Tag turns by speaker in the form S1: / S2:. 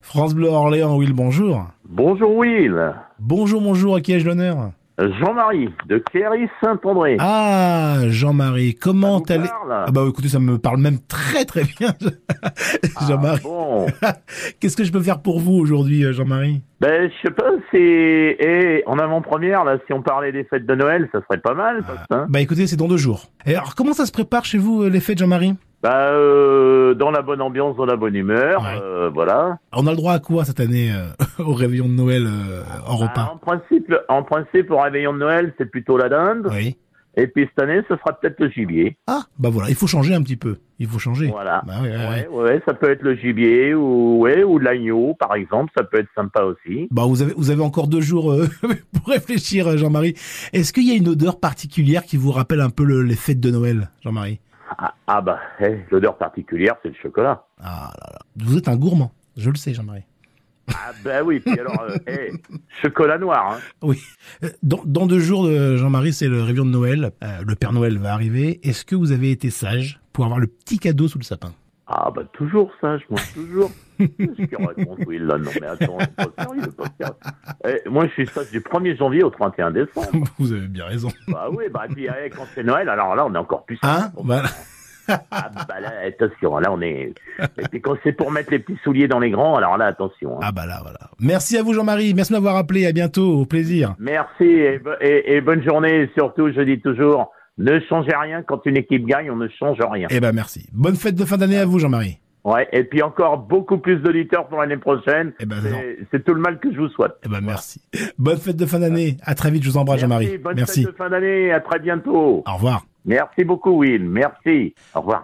S1: France Bleu Orléans, Will, bonjour.
S2: Bonjour Will,
S1: Bonjour, bonjour, à qui ai-je l'honneur
S2: Jean-Marie de Cléry Saint-André.
S1: Ah, Jean-Marie, comment
S2: Ça vous
S1: allez
S2: parle
S1: Ah bah écoutez, ça me parle même très très bien, Jean-Marie.
S2: Ah, Bon,
S1: Qu'est-ce que je peux faire pour vous aujourd'hui, euh, Jean-Marie
S2: ben je sais pas, c'est eh, en avant-première là. Si on parlait des fêtes de Noël, ça serait pas mal. parce que, hein.
S1: Bah écoutez, c'est dans deux jours. Et alors, comment ça se prépare chez vous, euh, les fêtes, Jean-Marie
S2: Bah, euh, dans la bonne ambiance, dans la bonne humeur,
S1: Ouais.
S2: euh, voilà.
S1: On a le droit à quoi cette année euh, au réveillon de Noël euh, en
S2: Ah,
S1: repas
S2: en principe, en principe, au réveillon de Noël, c'est plutôt la dinde.
S1: Oui.
S2: Et puis cette année, ce sera peut-être le gibier.
S1: Ah, bah voilà, il faut changer un petit peu. Il faut changer.
S2: Voilà.
S1: Bah ouais, ouais, ouais.
S2: Ouais, ouais, ça peut être le gibier ou ouais ou de l'agneau, par exemple. Ça peut être sympa aussi.
S1: Bah vous avez vous avez encore deux jours euh, pour réfléchir, euh, Jean-Marie. Est-ce qu'il y a une odeur particulière qui vous rappelle un peu le- les fêtes de Noël, Jean-Marie
S2: Ah, ah bah, eh, l'odeur particulière, c'est le chocolat.
S1: Ah là là, vous êtes un gourmand, je le sais, Jean-Marie.
S2: Ah ben oui, puis alors, euh, eh, chocolat noir. Hein.
S1: Euh, Dans, dans deux jours, euh, Jean-Marie, c'est le réveillon de Noël. Euh, le Père Noël va arriver. Est-ce que vous avez été sage pour avoir le petit cadeau sous le sapin
S2: Ah bah toujours ça, je mange toujours. Qu'est-ce qu'il raconte Will là Non mais attends, il est pas sérieux, il est pas sérieux. Eh, moi je suis sage du 1er janvier au 31 décembre.
S1: Vous avez bien raison.
S2: Bah oui, bah puis eh, quand c'est Noël, alors là on est encore plus
S1: Hein
S2: sage. Bon,
S1: Voilà.
S2: Ah bah là, attention, là on est... Et puis quand c'est pour mettre les petits souliers dans les grands, alors là attention. hein.
S1: Ah bah là, voilà. Merci à vous, Jean-Marie. Merci de m'avoir appelé. À bientôt. Au plaisir.
S2: Merci et, bo- et- et bonne journée. Et surtout, je dis toujours, ne changez rien. Quand une équipe gagne, on ne change rien.
S1: Eh ben merci. Bonne fête de fin d'année à vous, Jean-Marie.
S2: Ouais, et puis encore beaucoup plus d'auditeurs pour l'année prochaine.
S1: Eh ben,
S2: C'est-
S1: non.
S2: C'est tout le mal que je vous souhaite.
S1: Eh ben merci. Bonne fête de fin d'année. À très vite. Je vous embrasse, Jean-Marie.
S2: Bonne
S1: Merci.
S2: fête de fin d'année. À très bientôt.
S1: Au revoir.
S2: Merci beaucoup, Will. Merci. Au revoir.